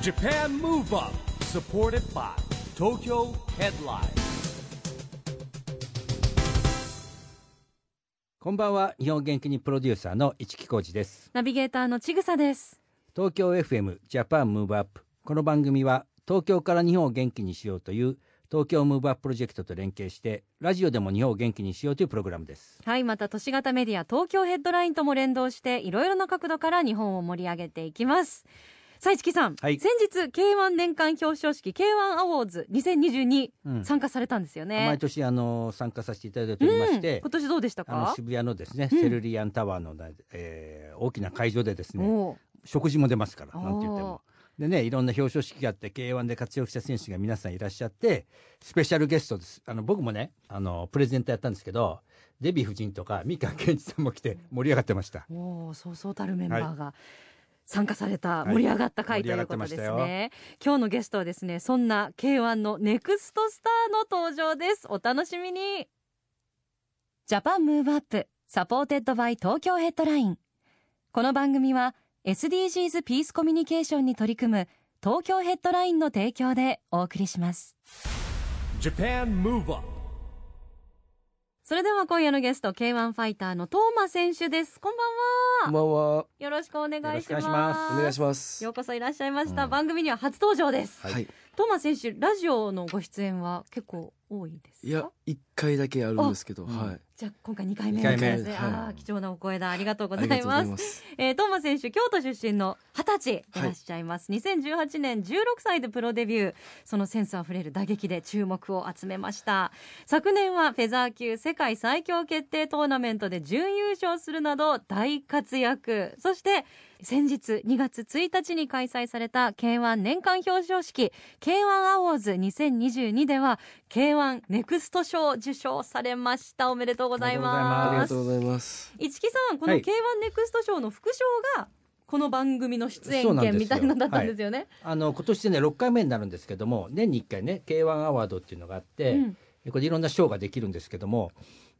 Japan Move Up supported by Tokyo Headline こんばんは日本元気にプロデューサーの市木浩司ですナビゲーターのちぐさです。東京 FM ジャパンムーブアップこの番組は東京から日本を元気にしようという東京ムーブアッププロジェクトと連携してラジオでも日本を元気にしようというプログラムですはい、また都市型メディア東京ヘッドラインとも連動して、いろいろな角度から日本を盛り上げていきます。さあ、市木さん、はい先日 K1 年間表彰式 K1 アワーズ2022、うん参加されたんですよね毎。年あの参加させていただいておうりましん、て今、年どうでしたあのか？渋谷のですね、うんセルリアンタワーのな、えー大きな会場でですねおう食事も出ますからおーなんて言ってもでねいろんな表彰式があって k 1で活躍した選手が皆さんいらっしゃってスペシャルゲストですあの僕もねあのプレゼンターやったんですけどデヴィ夫人とか三河健一さんも来て盛り上がってました。おお、そうそうたるメンバーが参加された、盛り上がったは回いということですね。盛り上がって今日のゲストはですね、そんな K1 のネクストスターの登場です。お楽しみに。ジャパンムーブアップサポーテッドバイ東京ヘッドライン。この番組は SDGs ピースコミュニケーションに取り組む東京ヘッドラインの提供でお送りします。 Japan Move Up それでは今夜のゲスト K1 ファイターのトーマ選手です。こんばんは。こんばんは。およろしくお願いしよろましす。くお願いします願いします。ようこそいらっしゃいました、番組には初登場です、はい。い、トーマ選手ラジオのご出演は結構多いですかや、一回だけあるんですけど、あはい。じゃあ今回2回目二回目ですね、はいあー貴重なお声だありがとうごあざりいがまとすうございます。えートーマ選手京都出身の20歳でいらっしゃいます、2018年16歳でプロデビューそのセンスあふれる打撃で注目を集めました昨年はフェザー級世界最強決定トーナメントで準優勝するなど大活躍そして先日2月1日に開催された K1 年間表彰式 K1 アワーズ2022では K1 ネクスト賞を受賞されましたおめでとうござおいありまめがすとうございます。市木さんこのはい K1 ネクストショーの副賞がこの番組の出そう演なんです権よみたいなのだったんですよね。あの今年でね6回目になるんですけども年に1回ね k 1アワードっていうのがあって、うんこれでいろんな賞ができるんですけども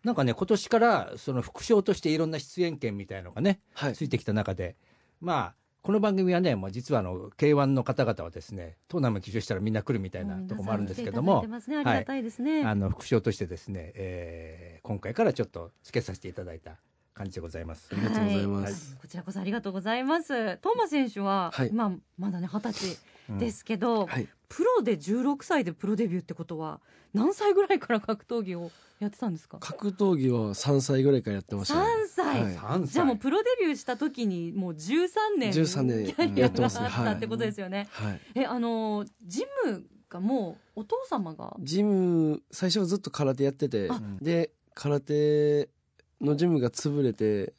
なんかね今年からその副賞としていろんな出演権みたいのがねはい。ついてきた中でまあこの番組はね、まあ、実はあの k 1の方々はですねトーナメント優勝したらみんな来るみたいなとこもあるんですけども皆さん来ていただいてますねありがたいですね。あの副賞としてですね、えー今回からちょっとつけさせていただいた感じでございます。ありがとうございます。こちらこそありがとうございます。トーマ選手は、はい今まだね二十うん歳ですけど、はい。プロで16歳でプロデビューってことは何歳ぐらいから格闘技をやってたんですか格闘技は三歳ぐらいからやってました、ね。 3歳、はい三歳じゃあもうプロデビューした時にもう13年13年キャリやアってがあまっすねたってことですよね。はい。えあのージムがもうお父様がジム、最初はずっと空手やっててあ、で、空手のジムが潰れて、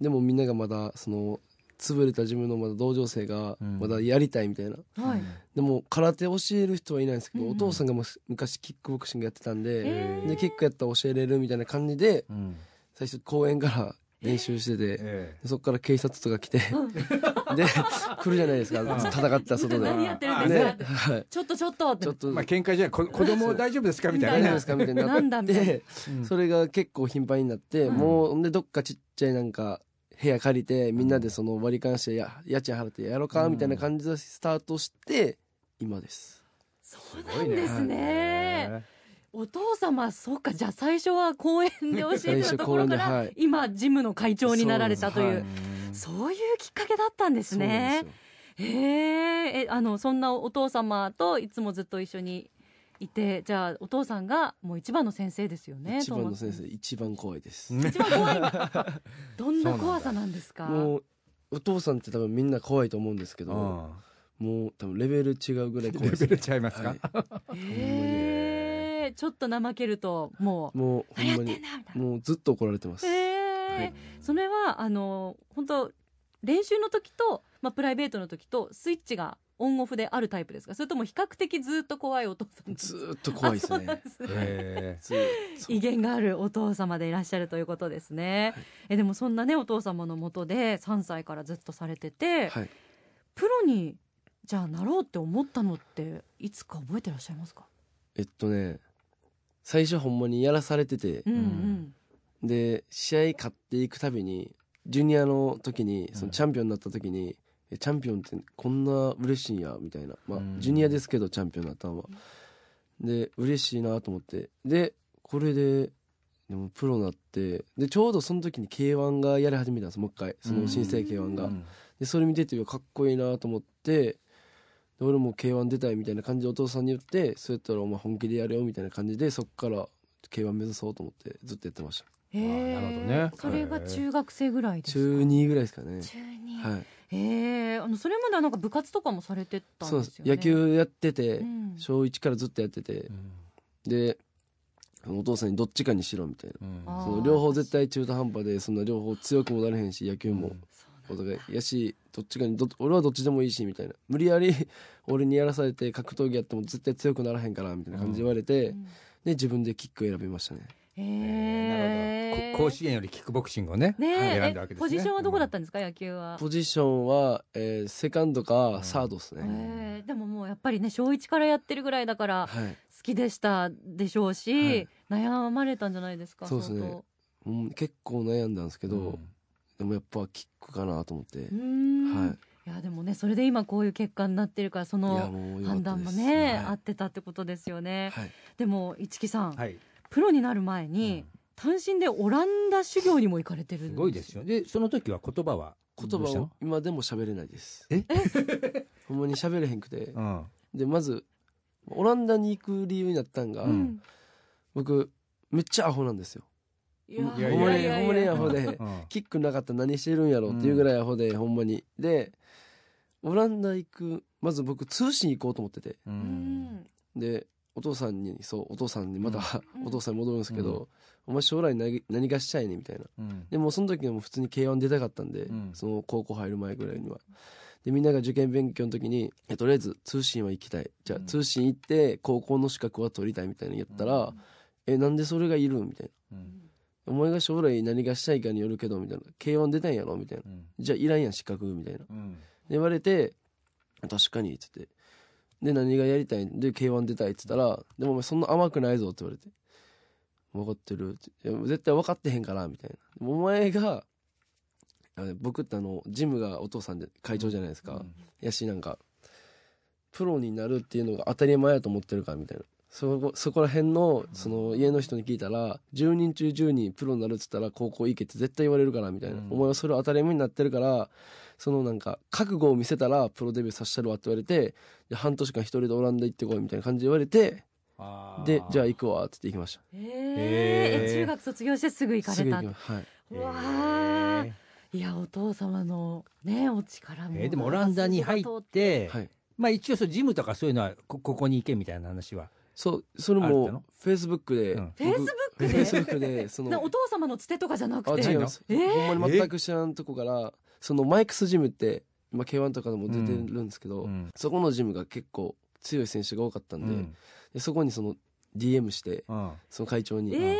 でもみんながまだ、その、潰れたジムのまだ同情生がうんまだやりたいみたいな、はい、でも空手教える人はいないんですけど、うんお父さんがむし昔キックボクシングやってたんで、えーでキックやったら教えれるみたいな感じでうん最初公園から練習してて、ええそこから警察とか来て、 で来るじゃないですかうん戦ってた外で。 何やってるんですかねって、はい、ちょっとちょっとってちょっと、まあ喧嘩じゃないこ子供大丈夫ですかみた大い丈な夫ねですかみたいになん なだっみたいなてうんそれが結構頻繁になって、うんもうほんでどっかちっちゃいなんか部屋借りてみんなでその割り勘してや家賃払ってやろうかみたいな感じでスタートして今です。そうなんですすねお父様そうかじゃあ最初は公園で教えてたところか最初公園でら、はい今ジムの会長になられたというそそうう,、なんいうきっかけだったんですそうなんねですよへええあのそんなお父様といつもずっと一緒にいてじゃあお父さんがもう一番の先生ですよね一番の先ト生ー一番怖いです、ねマ一 番怖いどんな怖さなんですかもうお父さんって多分みんな怖いと思うんです けうど、んもう多分レベル違うぐらい怖レいでベす、ルちゃいますか、はいへえちょっと怠けるともうもうほん何まやってにんだみたいなもうずっと怒られてます、へえ、はいそれはあの本当練習の時と、まあ、プライベートの時とスイッチがオンオフであるタイプですかそれとも比較的ずっと怖いお父さんずーっと怖いですあそうなんねですねえずーっと威厳があるお父様でいらっしゃるということですね、えでもそんなねお父様のもとで3歳からずっとされてて、はいプロにじゃあなろうって思ったのっていつか覚えてらっしゃいますか、えっとね最初ほんまにやらされててうんうんん、で試合勝っていくたびにジュニアの時にそのチャンピオンになった時にえチャンピオンってこんな嬉しいんやみたいなまあうんジュニアですけどチャンピオンだったのはで嬉しいなと思ってでこれででもプロになってでちょうどその時に k 1がやり始めたんですもう一回その新生 k 1が、うんでそれ見ててうわかっこいいなと思ってで俺も k 1出たいみたいな感じでお父さんに言ってそうやったらお前本気でやれよみたいな感じでそっから k 1目指そうと思ってずっとやってましたへえあなるほどねそれが中学生ぐらいですか中2ぐらいですかね中二はいへえあのそれまではなんか部活とかもされてたんですそよねうなんです野球やってて、うん小1からずっとやっててでお父さんにどっちかにしろみたいなうんあーその両方絶対中途半端でそんな両方強くもなれへんし野球もお互いやしどっちかにど俺はどっちでもいいしみたいな無理やり 俺にやらされて格闘技やっても絶対強くならへんからみたいな感じで言われて、うんで自分でキック選びましたねへえーなるほえどこ甲子園よりキックボクシングをねねえ選んだわけですねえポジションはどこだったんですか野球はポジションは、えーセカンドかサードですね、へえでももうやっぱりね小一からやってるぐらいだからはい好きでしたでしょうはしい悩まれたんじゃないですかそうですね相当うん結構悩んだんですけど、うんでもやっぱキックかなと思って、うーんはいいやでもねそれで今こういう結果になってるからそいやのもう良か判った断でもすねはい合ってたってことですよねはいでも一木さんはいプロになる前に単身でオランダ修行にも行かれてるんすよごいですよでその時は言葉は言葉どうを今でも喋れないですえ ほんまに喋れへんくてしたのでまずオランダに行く理由になったんが、ううんん僕めっちゃアホなんですよいやいやほんまにいやほんまにアうんホでうんキックなかったら何してるんやろっていうぐらいアホで、ほんまにでオランダ行くまず僕通信行こうと思っててううんんでお父さんにそうお父さんにまた、うん お父さんに戻るんですけど、お前将来何何がしたいねみたいなうんでもうその時はもう普通に K1 出たかったんで、うんその高校入る前ぐらいには。でみんなが受験勉強の時にいやとりあえず通信は行きたいじゃあうん通信行って高校の資格は取りたいみたいなの言ったら「えなんでそれがいるん?」みたいうんな「お前が将来何がしたいかによるけど」みたいな「K1 出たんやろ」みたいなうん「じゃあいらんやん資格」みたいなでうん言われて「確かに」っつってで何がやりたいんで K1 出たいっつったら「でもお前そんな甘くないぞ」って言われて「分かってる」っていや絶対分かってへんから」みたいな「お前があの僕ってあのジムがお父さんで会長じゃないですか、やしなんかプロになるっていうのが当たり前やと思ってるからみたいなそこそこら辺のその家の人に聞いたら10人中10人プロになるっつったら高校行けって絶対言われるからみたいな、うんお前はそれ当たり前になってるからそのなんか覚悟を見せたらプロデビューさせたるわって言われてで半年間一人でオランダ行ってこいみたいな感じで言われてあーでじゃあ行くわっつって行きましたへへえええ中学卒業してすぐ行かすれぐた行きましたはいうんわあえーいやお父様のねお力も、えーでもオランダに入っそうてはいまあ一応そうジムとかそういうのはこここに行けみたいな話はそうそれあるってものフェイスブックで、うんフェイスブックで Facebook でそのなお父様のつてとかじゃなくてあ違いのます、えーほんまに全く知らんとこからそのマイクスジムって、まあ、k 1とかでも出てるんですけど、うんそこのジムが結構強い選手が多かったんで,、うんでそこにその DM してうんその会長に、え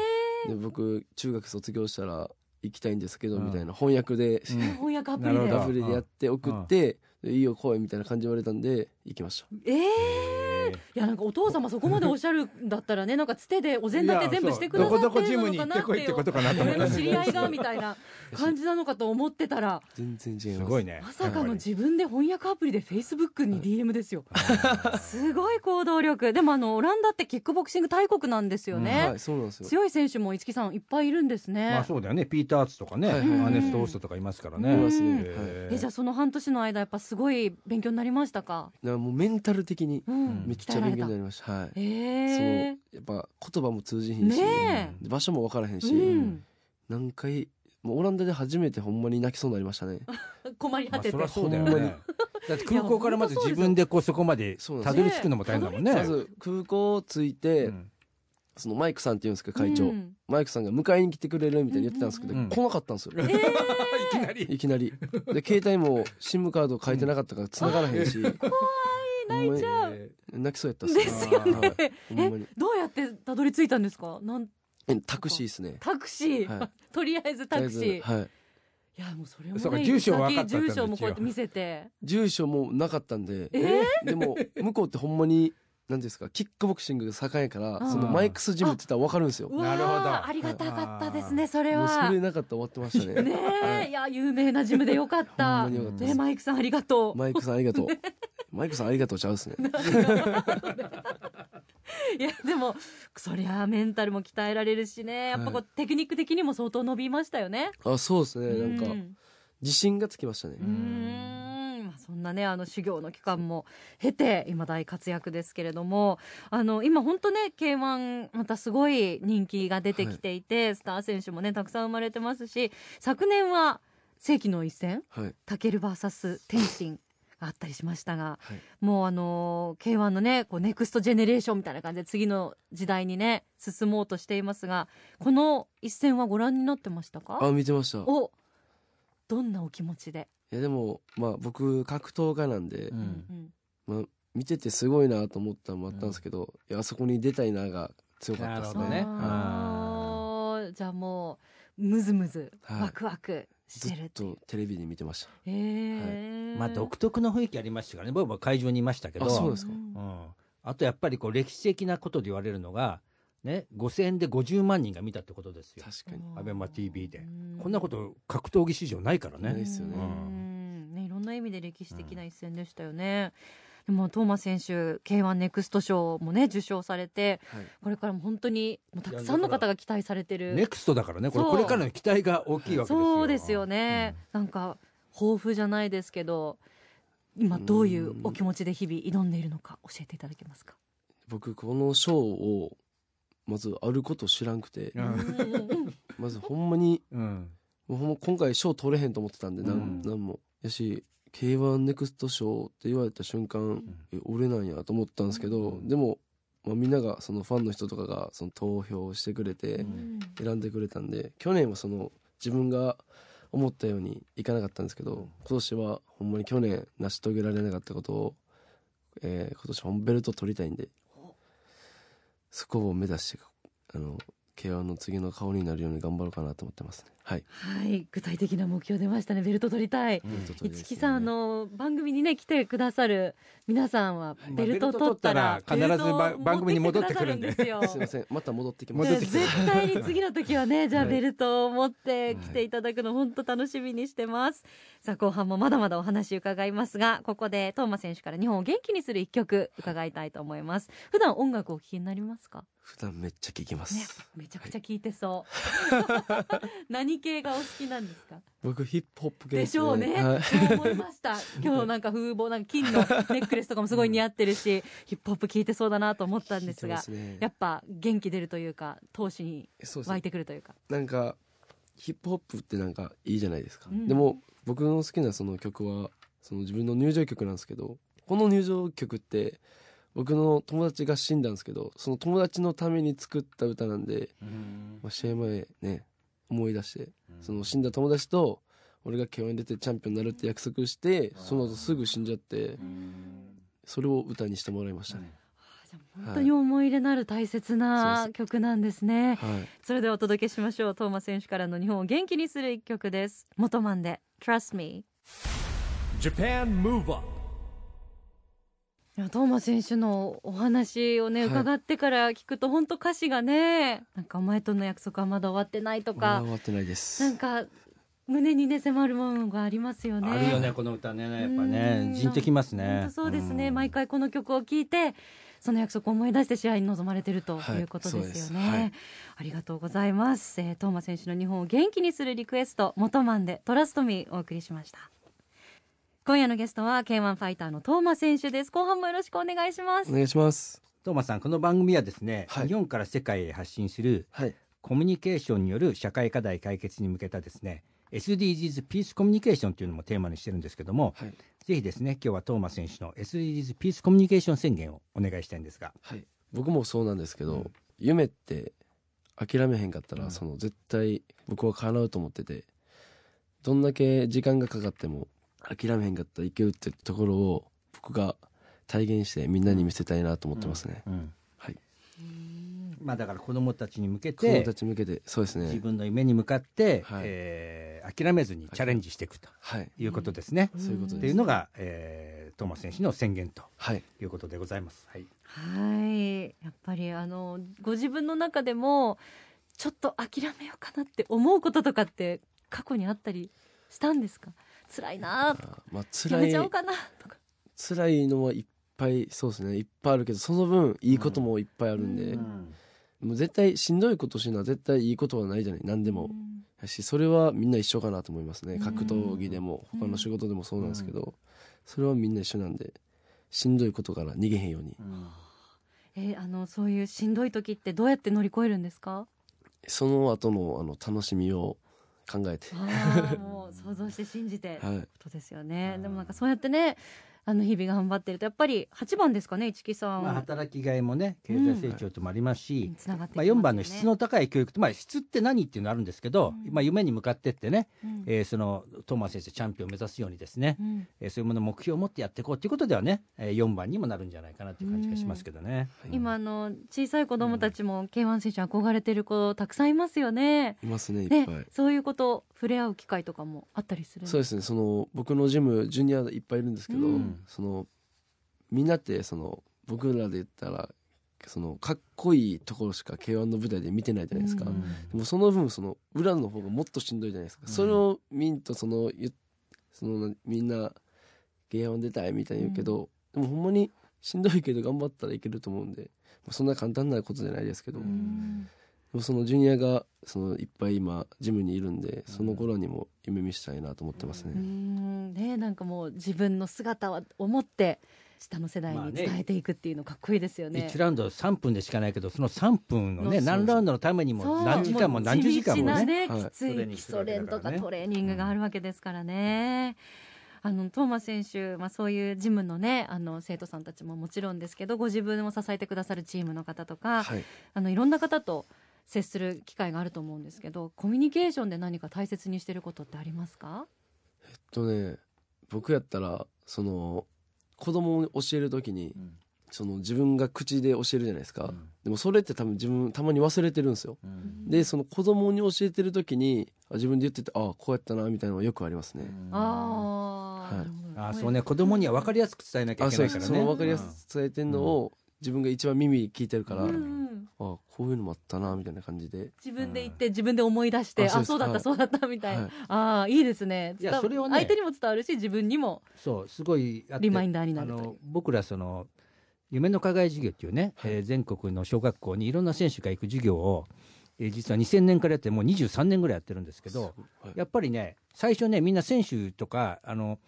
で僕中学卒業したら行きたいんですけど、うんみたいな翻訳で、うー、ん翻訳アプなリるほでどアプリでやって送って、でいいよ来いみたいな感じで言われたんで行きましたえー、いやなんかお父様そこまでおっしゃるんだったらねなんかつてでお膳立て全部してくださっていやそうどこどこジるムのに行かっなてってこいってことかなと思っ俺たの知り合いがみたいな感じなのかと思ってたら全然違いますすごいね まさかの自分で翻訳アプリでフェイスブックに DM ですよすごい行動力でもあのオランダってキックボクシング大国なんですよね、はいそうなんですよ強い選手も五木さんいっぱいいるんですね、まあそうだよねピーター・アーツとかね、はいアーネスト・オーストとかいますからね。うえんいますねーえじゃあその半年の間やっぱすごい勉強になりましたか、なんかもうメンタル的にうんうんめっちゃ勉強になりました、はいえそうえやっぱ言葉も通じひんし、ねで場所も分からへんえ、し、何回もうオランダで初めてほんまに泣きそうになりましたねうん、困りま果あてて、そりゃそうだよね。だって空港からまず自分でこうそこまでそうたなんどでり着くのも大変だもんね。まず空港着いて、うんそのマイクさんっていうんですけど会長、うんマイクさんが迎えに来てくれるみたいに言ってたんですけど、うん来なかったんですよ、ええいきなり。いきなりで携帯も SIM カード変えてなかったから繋がらへんし、怖い泣いちゃ えー泣きそうやったっですよねはいほんまえにどうやってたどり着いたんですかなんえタクシーですねタクシー、はい とりあえずタクシとりー、あえずはいいやもうそれも、ね、そうか住所は分かったって住所もこうやって見せて住所もなかったんでえでも向こうってほんまにていうんですかキックボクシングが盛んやからうんそのマイクスジムって言ったら分かるんですようもわなるほどありがたかったですねそれうはそれなかったら終わってましたねねえいや有名なジムでよかっほんたまによかったでねすマイクさんありがとうマイクさんありがとうマイクさんありがとうちゃうっすねいやでもそりゃあメンタルも鍛えられるしねやっぱこう、はいテクニック的にも相当伸びましたよね。あそうですねなんうかん自信がつきましたねうーんまあそんなねあの修行の期間も経て今大活躍ですけれどもあの今本当ね k 1またすごい人気が出てきていて、スター選手もねたくさん生まれてますし昨年は世紀の一戦はいタケル VS 天心があったりしましたが、はいもうあの k 1のねこうネクストジェネレーションみたいな感じで次の時代にね進もうとしていますがこの一戦はご覧になってましたあか見てましたいおどんなお気持ちで、やでもまあ僕格闘家なんでうんうん見ててすごいなと思ったのもあったんですけどいやあそこに出たいなが強かったでなするほどねねあーじゃあもうムズムズはいワクワクしずてっるっていう、とテレビで見てましたえーまあ独特の雰囲気ありましたからね僕は会場にいましたけどあそうですかんうん、あとやっぱりこう歴史的なことで言われるのが、ね、5000円で50万人が見たってことですよ確かにアベマ TV でうこんなこと格闘技史上ないからないねで。すよねうんねいろんな意味で歴史的な一戦でしたよね。でもトーマス選手 K1 ネクスト賞もね受賞されてはいこれからも本当にもうたくさんの方が期待されてるネクストだからねこれそうこれからの期待が大きいわけですよ。そうですよね、なんか豊富じゃないですけど今どういうお気持ちで日々挑んでいるのか教えていただけますか、僕このショーをまずあること知らんくてうん。うんうんうんうんまずほんまにうんもうほんま今回賞取れへんと思ってたんでなん,、うんなんもやし k 1ネクスト賞って言われた瞬間、え俺なんやと思ったんですけど、うんでも、まあ、みんながそのファンの人とかがその投票してくれてうん選んでくれたんで去年はその自分が思ったようにいかなかったんですけど今年はほんまに去年成し遂げられなかったことを、えー今年本ベルト取りたいんでそこを目指してあの k 1の次の顔になるように頑張ろうかなと思ってますね。はいはい具体的な目標出ましたねベルト取りたいうんちょっとですね一木さんあの番組にね来てくださる皆さんはベルト取ったらベルト取ったら必ずばベルトを番組に戻ってくるんで持ってきてくださすいるんでますよせんまた戻ってきま戻すってきて絶対に次の時はね、じゃあはいベルトを持って来ていただくの本当楽しみにしてます。さあ後半もまだまだお話伺いますが、ここでトーマ選手から日本を元気にする一曲伺いたいと思います。普段音楽をお聴きになりますか？普段めっちゃ聞きまねす、、めちゃくちゃ聴いてそう。 何系がお好きなんですか？僕ヒップホップ系でしょうね。はいそう思いました。今日なんか風貌なんか金のネックレスとかもすごい似合ってるし、ヒップホップ聴いてそうだなと思ったんです聞いてがま、ねやっぱ元気出るというか、闘志にそうです湧いねてくるというか。なんかヒップホップってなんかいいじゃないですか、うんでも僕の好きなその曲はその自分の入場曲なんですけどこの入場曲って僕の友達が死んだんですけどその友達のために作った歌なんで、うんまあ、試合前ね思い出してその死んだ友達と俺が k 1に出てチャンピオンになるって約束してその後すぐ死んじゃってそれを歌にしてもらいましたね、あじゃあ本当に思い入れのある大切そうなで曲なんですね、はいそれではお届けしましょうトーマ選手からの日本を元気にする一曲です元マンで Trust Me Japan Move Up いやトーマ選手のお話をね、はい伺ってから聞くと本当歌詞がねなんかお前との約束はまだ終わってないとまだか終わってないですなんか胸にね迫るものがありますよねあるよねこの歌ねやっぱうんねじんときますね本当。そうですね、ん毎回この曲を聴いてその約束を思い出して試合に臨まれてるとはいいうことそうでですすよね、はいありがとうございます、えー、トーマ選手の日本を元気にするリクエスト元マンでトラストミーお送りしました今夜のゲストは K1 ファイターのトーマ選手です後半もよろしくお願いしますお願いしますトーマスさんこの番組はですね、はい日本から世界へ発信するはいコミュニケーションによる社会課題解決に向けたですね SDGs ピースコミュニケーションというのもテーマにしてるんですけども、はいぜひですね今日はトーマス選手の SDGs ピースコミュニケーション宣言をお願いしたいんですが、はい、僕もそうなんですけど、うん夢って諦めへんかったら、うんその絶対僕は叶うと思っててどんだけ時間がかかっても諦めへんかったらいけるってところを僕が体現してみんなに見せたいなと思ってますね、うんはいうんまあだから子供たちに向け子供てたち向けてそうです自ね分の夢に向かって、はいえー諦めずにチャレンジしていくとはいいうことですね。そういうことっですていうのが、えートーマス選手の宣言とはいいうことでございます。はい、はいやっぱりあのご自分の中でもちょっと諦めようかなって思うこととかって過去にあったりしたんですか辛いなあとかあーまあや辛めちいゃおうかなとか辛いのはいっぱいそうですねいっぱいあるけどその分いいこともいっぱいあるんで、うんもう絶対しんどいことしな絶対いいことはないじゃない何でもうんやしそれはみんな一緒かなと思いますねうん格闘技でもうん他の仕事でもそうなんですけど、それはみんな一緒なんでしんどいことから逃げへんようにうんえーあのそういうしんどい時ってどうやって乗り越えるんですかその後のあの楽しみを考えて、ああもう想像して信じて はい、ことですよね、うんでもなんかそうやってねあの日々頑張ってるとやっぱり8番ですかね市木さん、まあ、働きがいもね経済成長ともありますし、つながってきまあ、ますよね4番の質の高い教育と、まあ、質って何っていうのあるんですけど、うんまあ、夢に向かってってね、うんえーそのトーマス先生チャンピオンを目指すようにですね、うんえーそういうもの目標を持ってやっていこうということではね、えー、4番にもなるんじゃないかなという感じがしますけどね。うん今あの小さい子供たちも K1 選手憧れてる子たくさんいますよね。いますねいっねぱい、、そういうこと触れ合う機会とかもあったりするんそうですねその僕のジムジュニアいっぱいいるんですけど、うんそのみんなってその僕らで言ったらそのかっこいいところしか k 1の舞台で見てないじゃないですか、うんでもその分その裏の方がもっとしんどいじゃないですか、うんそれをみんとそのゆそのみんな芸音出たいみたいに言うけど、でもほんまにしんどいけど頑張ったらいけると思うんで、まあ、そんな簡単なことじゃないですけど、ううんでんもそのジュニアがそのいっぱい今ジムにいるんでその頃にも夢見したいなと思ってますね、うんねなんかもう自分の姿は思って下の世代まあにね伝えていくっていうのかっこいいですよね。 1ラウンド3分でしかないけどその3分のねそうそう何ラウンドのためにそもう何時間も何十時間も地道なね。はいきつトレーいニン基グする礎わけだから練とねかトレーニングがあるわけですからね。あのトーマス選手、まあ、そういうジムのねあの生徒さんたちももちろんですけどご自分を支えてくださるチームの方とか、はい、あのいろんな方と接する機会があると思うんですけどコミュニケーションで何か大切にしてることってありますか、えっとね僕やったらその子供を教える時にうんその自分が口で教えるじゃないですか、うんでもそれって多分自分たまに忘れてるんですようんでその子供に教えてる時にあ自分で言っててあこうやったなみたいなのがよくありますね、あーはいあーそうね子供には分かりやすく伝えなきゃあいけそうなでいすからね。その分かりやすく伝えてんのを自分が一番耳聞いてるから、うんうあんこういうのもあったなみたいな感じで、自分で言って自分で思い出して、ああそうそうでだっすた、はいそうだったみたいな、はいああいいですねいや伝わそれはね相手にも伝わるし自分にもそうすごいあってリマインダーになるあというの僕らその夢の課外授業っていうね、はいえー全国の小学校にいろんな選手が行く授業を、えー実は2000年からやってもう23年ぐらいやってるんですけどはいやっぱりね最初ねみんな選手とかあの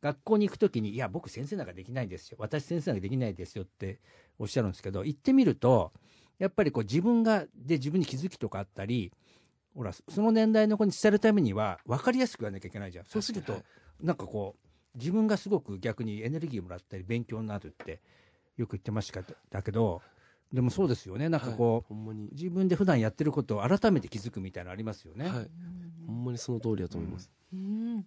学校に行くときに「いや僕先生なんかできないですよ私先生なんかできないですよ」っておっしゃるんですけど行ってみるとやっぱりこう自分がで自分に気づきとかあったりほらその年代の子に伝えるためには分かりやすくやらなきゃいけないじゃん。そうするとはいなんかこう自分がすごく逆にエネルギーもらったり勉強になるってよく言ってましただけどでもそうですよねなんかこう、はいほんまに、自分で普段やってることを改めて気づくみたいなのありますよね。はいほんまにその通りだと思います、うん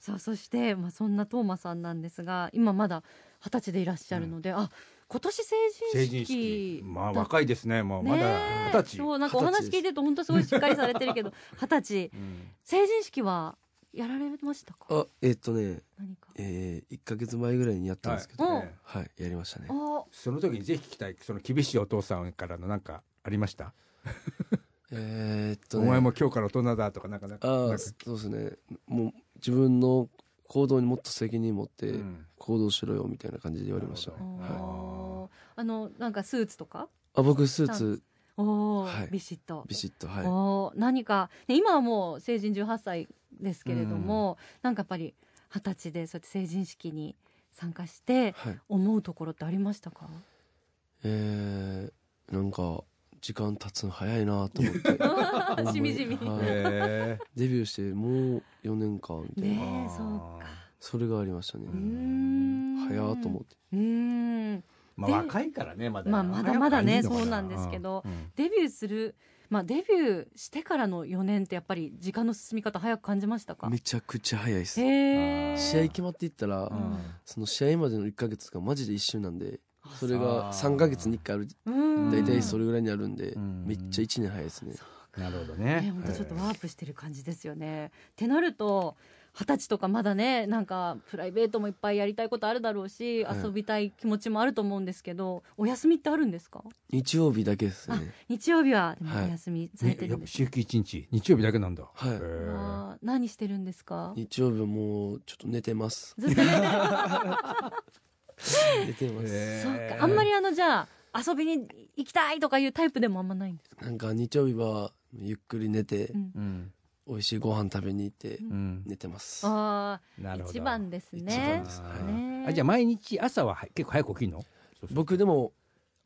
さあそして、まあ、そんなトーマさんなんですが今まだ二十歳でいらっしゃるので、あ今年成成人人式式まあだ若いですねもうまねだえ二十歳、そうなんかお話聞いてると本当すごいしっかりされてるけど二十歳うん成人式はやられましたかあえっとね何かえー、1か月前ぐらいにやったんですけどはいはい、うんやりましたねあその時にぜひ聞きたいその厳しいお父さんからのなんかありました、えー、っとおね前も今日から大人だとかなんかなんかあなあんかそうですねもう自分の行動にもっと責任持ってうん行動しろよみたいな感じで言われました、なあるはいーあのなんかスーツとかあ僕スーツおお、はいビシッとビシッとはいおー何か、ね、今はもう成人18歳ですけれども、なんかやっぱり二十歳でそうやって成人式に参加してはい思うところってありました かえー、なんか時間経つの早いなと思ってほんまにしみじみ はいへデビューしてもう4年間みたいな、えねえそうかそれがありましたねうーん早ーと思ってうーんまあで若いからねまだまあまだまだね若いのかそうなんですけどうんデビューするまあデビューしてからの4年ってやっぱり時間の進み方早く感じましたかめちゃくちゃ早いですへえ試合決まっていったら、うんその試合までの1か月がマジで一瞬なんであそれがあー3ヶ月に1回あるうん大体それぐらいにあるんで、うんめっちゃ1年早いですね、なるほどねね。本当ちょっとワープしてる感じですよね。ってなると二十歳とかまだねなんかプライベートもいっぱいやりたいことあるだろうし、はい遊びたい気持ちもあると思うんですけどお休みってあるんですか日曜日だけですね日曜日はでもはいお休みされねてやるっんぱです週休一日日曜日だけなんだ。はいへーか、何してるんですか日曜日はもうちょっと寝てますずっ とね寝てます、へそうーかあんまりあのじゃあ遊びに行きたいとかいうタイプでもあんまないんですか、なんか日曜日はゆっくり寝て、うんうん美味しいご飯食べに行ってうんうん寝てます、あなあるほど。一番です一番ねですあはいーねあじゃあ毎日朝はは結構早く起きるの？僕でも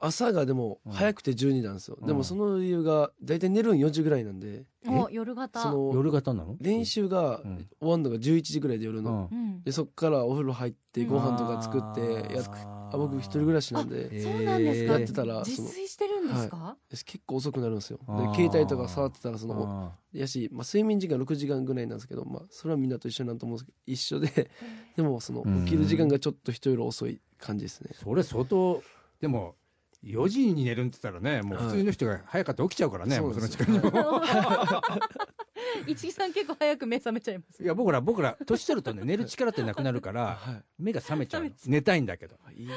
朝がでも早くて12なんですよ、うんでもその理由が大体寝るん4時ぐらいなんでもう夜型その夜型なの？練習がうん終わるのが11時ぐらいで夜うの、んうんでそっからお風呂入ってうんご飯とか作ってやっああ僕一人暮らしなあんでそうなんですか、やってたら自その炊してるんですか、結構遅くなるんですよであー携帯とか触ってたらそののやし、まあ、睡眠時間6時間ぐらいなんですけど、まあ、それはみんなと一緒なんと思うんですけど一緒ででもそのうん起きる時間がちょっと人より遅い感じですねそれ相当でも4時に寝るんって言ったらねもう普通の人が早かったら起きちゃうからね、はいもうその時そ間にう も。 一木さん結構早く目覚めちゃいますいや僕ら僕ら年取るとね寝る力ってなくなるからは目が覚めちゃうの覚め寝たいんだけどいいい な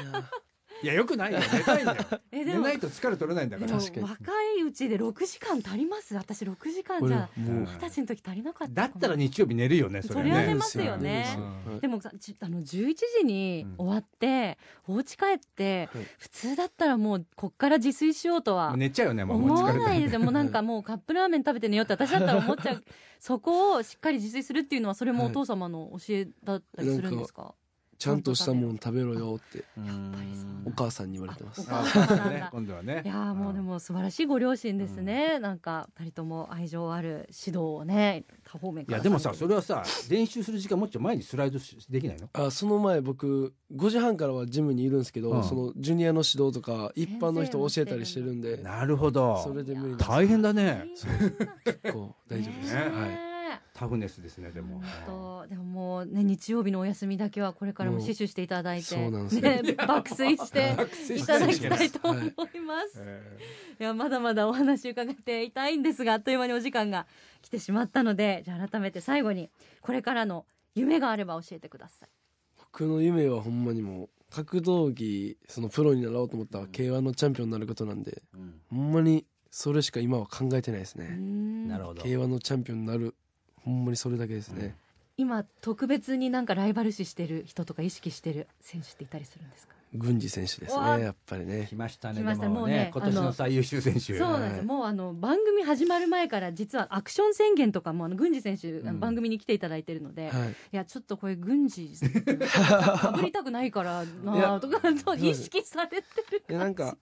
いやよくないよ寝たいんだよえ で寝もないと疲れ取れないんだでかもら確かに若いうちで6時間足ります私6時間じ俺ゃもう二十歳の時足りなかっただかもったら日曜日寝るよねそれそれはね寝ますよね寝るんですよはいでもさじあの11時に終わって、お家帰って、はい普通だったらもうこっから自炊しようともはう寝ちゃうよねもう思わ疲れたないですよもうなんは かもうカップラーメン食べて寝ようって私だったら思っちゃうそこをしっかり自炊するっていうのはそれもお父様の教えだったりするんですかちゃんとしたもの食べろよってやっぱりそうお母さんに言われてますお母さんなんだね今度はねいやーもうでんも素晴らしいご両親ですね、なんか二人とも愛情ある指導をね多方面いからやでもさそれはさ練習する時間もっと前にスライドしできないのあその前僕5時半からはジムにいるんですけど、うんそのジュニアの指導とか一般の人先生も教えたりしてるんでなるほそどれで無理なんです大変だね結構大丈夫です、ねはいいタフネスですねでも本当でももうね日曜日のお休みだけはこれからも死守していただいて、もうそうなんですよね爆睡していただきたいと思います。えーいやまだまだお話伺っていたいんですがあっという間にお時間が来てしまったのでじゃあ改めて最後にこれからの夢があれば教えてください。僕の夢はほんまにもう格闘技そのプロになろうと思ったら k 1のチャンピオンになることなんでうんほんまにそれしか今は考えてないですうーねんなるほど k 1のチャンピオンになるほんまにそれだけですね、今特別になんかライバル視してる人とか意識してる選手っていたりするんですか。軍事選手ですうわねやっぱりね来ましたね来ましたでもうね今年あのの最優秀選手そうなんですよ、はいもうあの番組始まる前から実はアクション宣言とかもあの郡司選手、あのうん番組に来ていただいてるので、い、はいやちょっとこれ郡司かぶりたくないからいなやとかと意識されてるいやなんか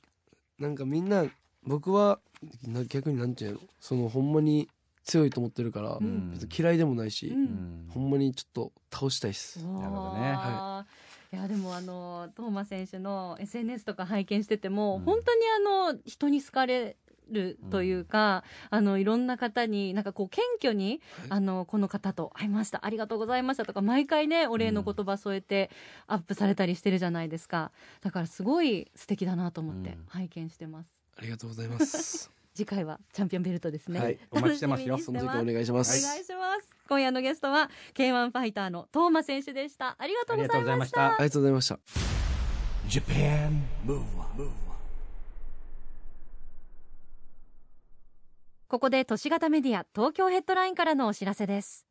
なんかみんな僕はな逆になんていうのそのほんまに強いと思ってるから、うん別に嫌いでもないし、うんうんほんまにちょっと倒したいっす、なるほどねわーいやでもあのトーマ選手の SNS とか拝見してても、うん本当にあの人に好かれるというか、あのいろんな方になんかこう謙虚に、はいあのこの方と会いましたありがとうございましたとか毎回ねお礼の言葉添えてアップされたりしてるじゃないですかだからすごい素敵だなと思っうてん拝見してます、ありがとうございます 次回はチャンピオンベルトですね、はいお待ちしてますよ楽しそみのにしてます時お願いしまお願いしすます今夜のゲストは K1 ファイターのトーマ選手でしたありがとうございましたありがとうございました Japan Move Up, ここで都市型メディア東京ヘッドラインからのお知らせです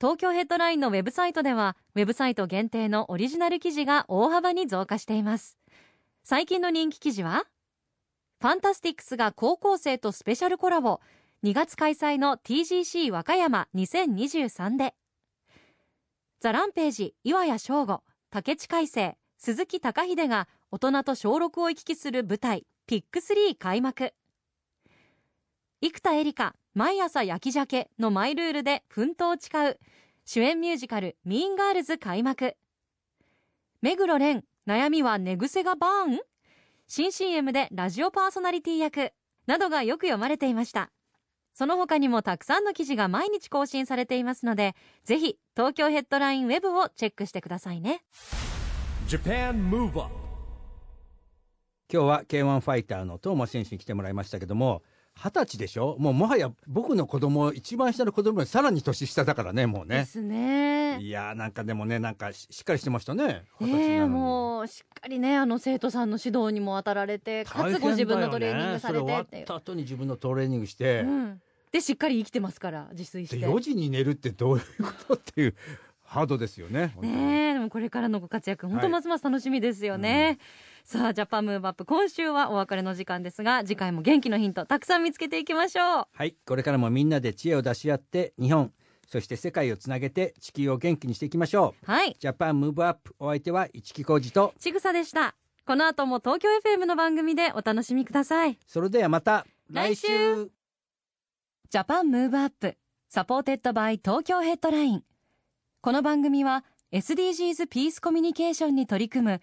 東京ヘッドラインのウェブサイトではウェブサイト限定のオリジナル記事が大幅に増加しています最近の人気記事はファンタスティックスが高校生とスペシャルコラボ2月開催の TGC 和歌山2023でザ・ランページ岩谷翔吾竹地海生鈴木貴秀が大人と小6を行き来する舞台ピック3開幕生田絵梨花毎朝焼き鮭のマイルールで奮闘を誓う主演ミュージカル「ミーンガールズ」開幕目黒蓮悩みは寝癖がバーン新 CM でラジオパーソナリティ役などがよく読まれていましたその他にもたくさんの記事が毎日更新されていますのでぜひ東京ヘッドラインウェブをチェックしてくださいね Japan Move Up. 今日は K1 ファイターの東間選手に来てもらいましたけども二十歳でしょもうもはや僕の子供一番下の子供よりさらに年下だからねもうでねすね。いやーなんかでもねなんかししっかりしてましたね二十歳ねえなのにもうしっかりねあの生徒さんの指導にも当たられてか大つ変ご自分のトだレよーニングねさそれれて終わっっていうた後に自分のトレーニングして、うん、でしっかり生きてますから自炊してで4時に寝るってどういうことっていうハードですよね。本当にねえでもこれからのご活躍本は当いますます楽しみですよね、さあジャパンムーブアップ今週はお別れの時間ですが次回も元気のヒントたくさん見つけていきましょうはい、これからもみんなで知恵を出し合って日本そして世界をつなげて地球を元気にしていきましょう。はいジャパンムーブアップお相手は市木浩二とちぐさでしたこの後も東京 FM の番組でお楽しみくださいそれではまた来週ジャパンムーブアップサポーテッドバイ東京ヘッドラインこの番組は SDGs ピースコミュニケーションに取り組む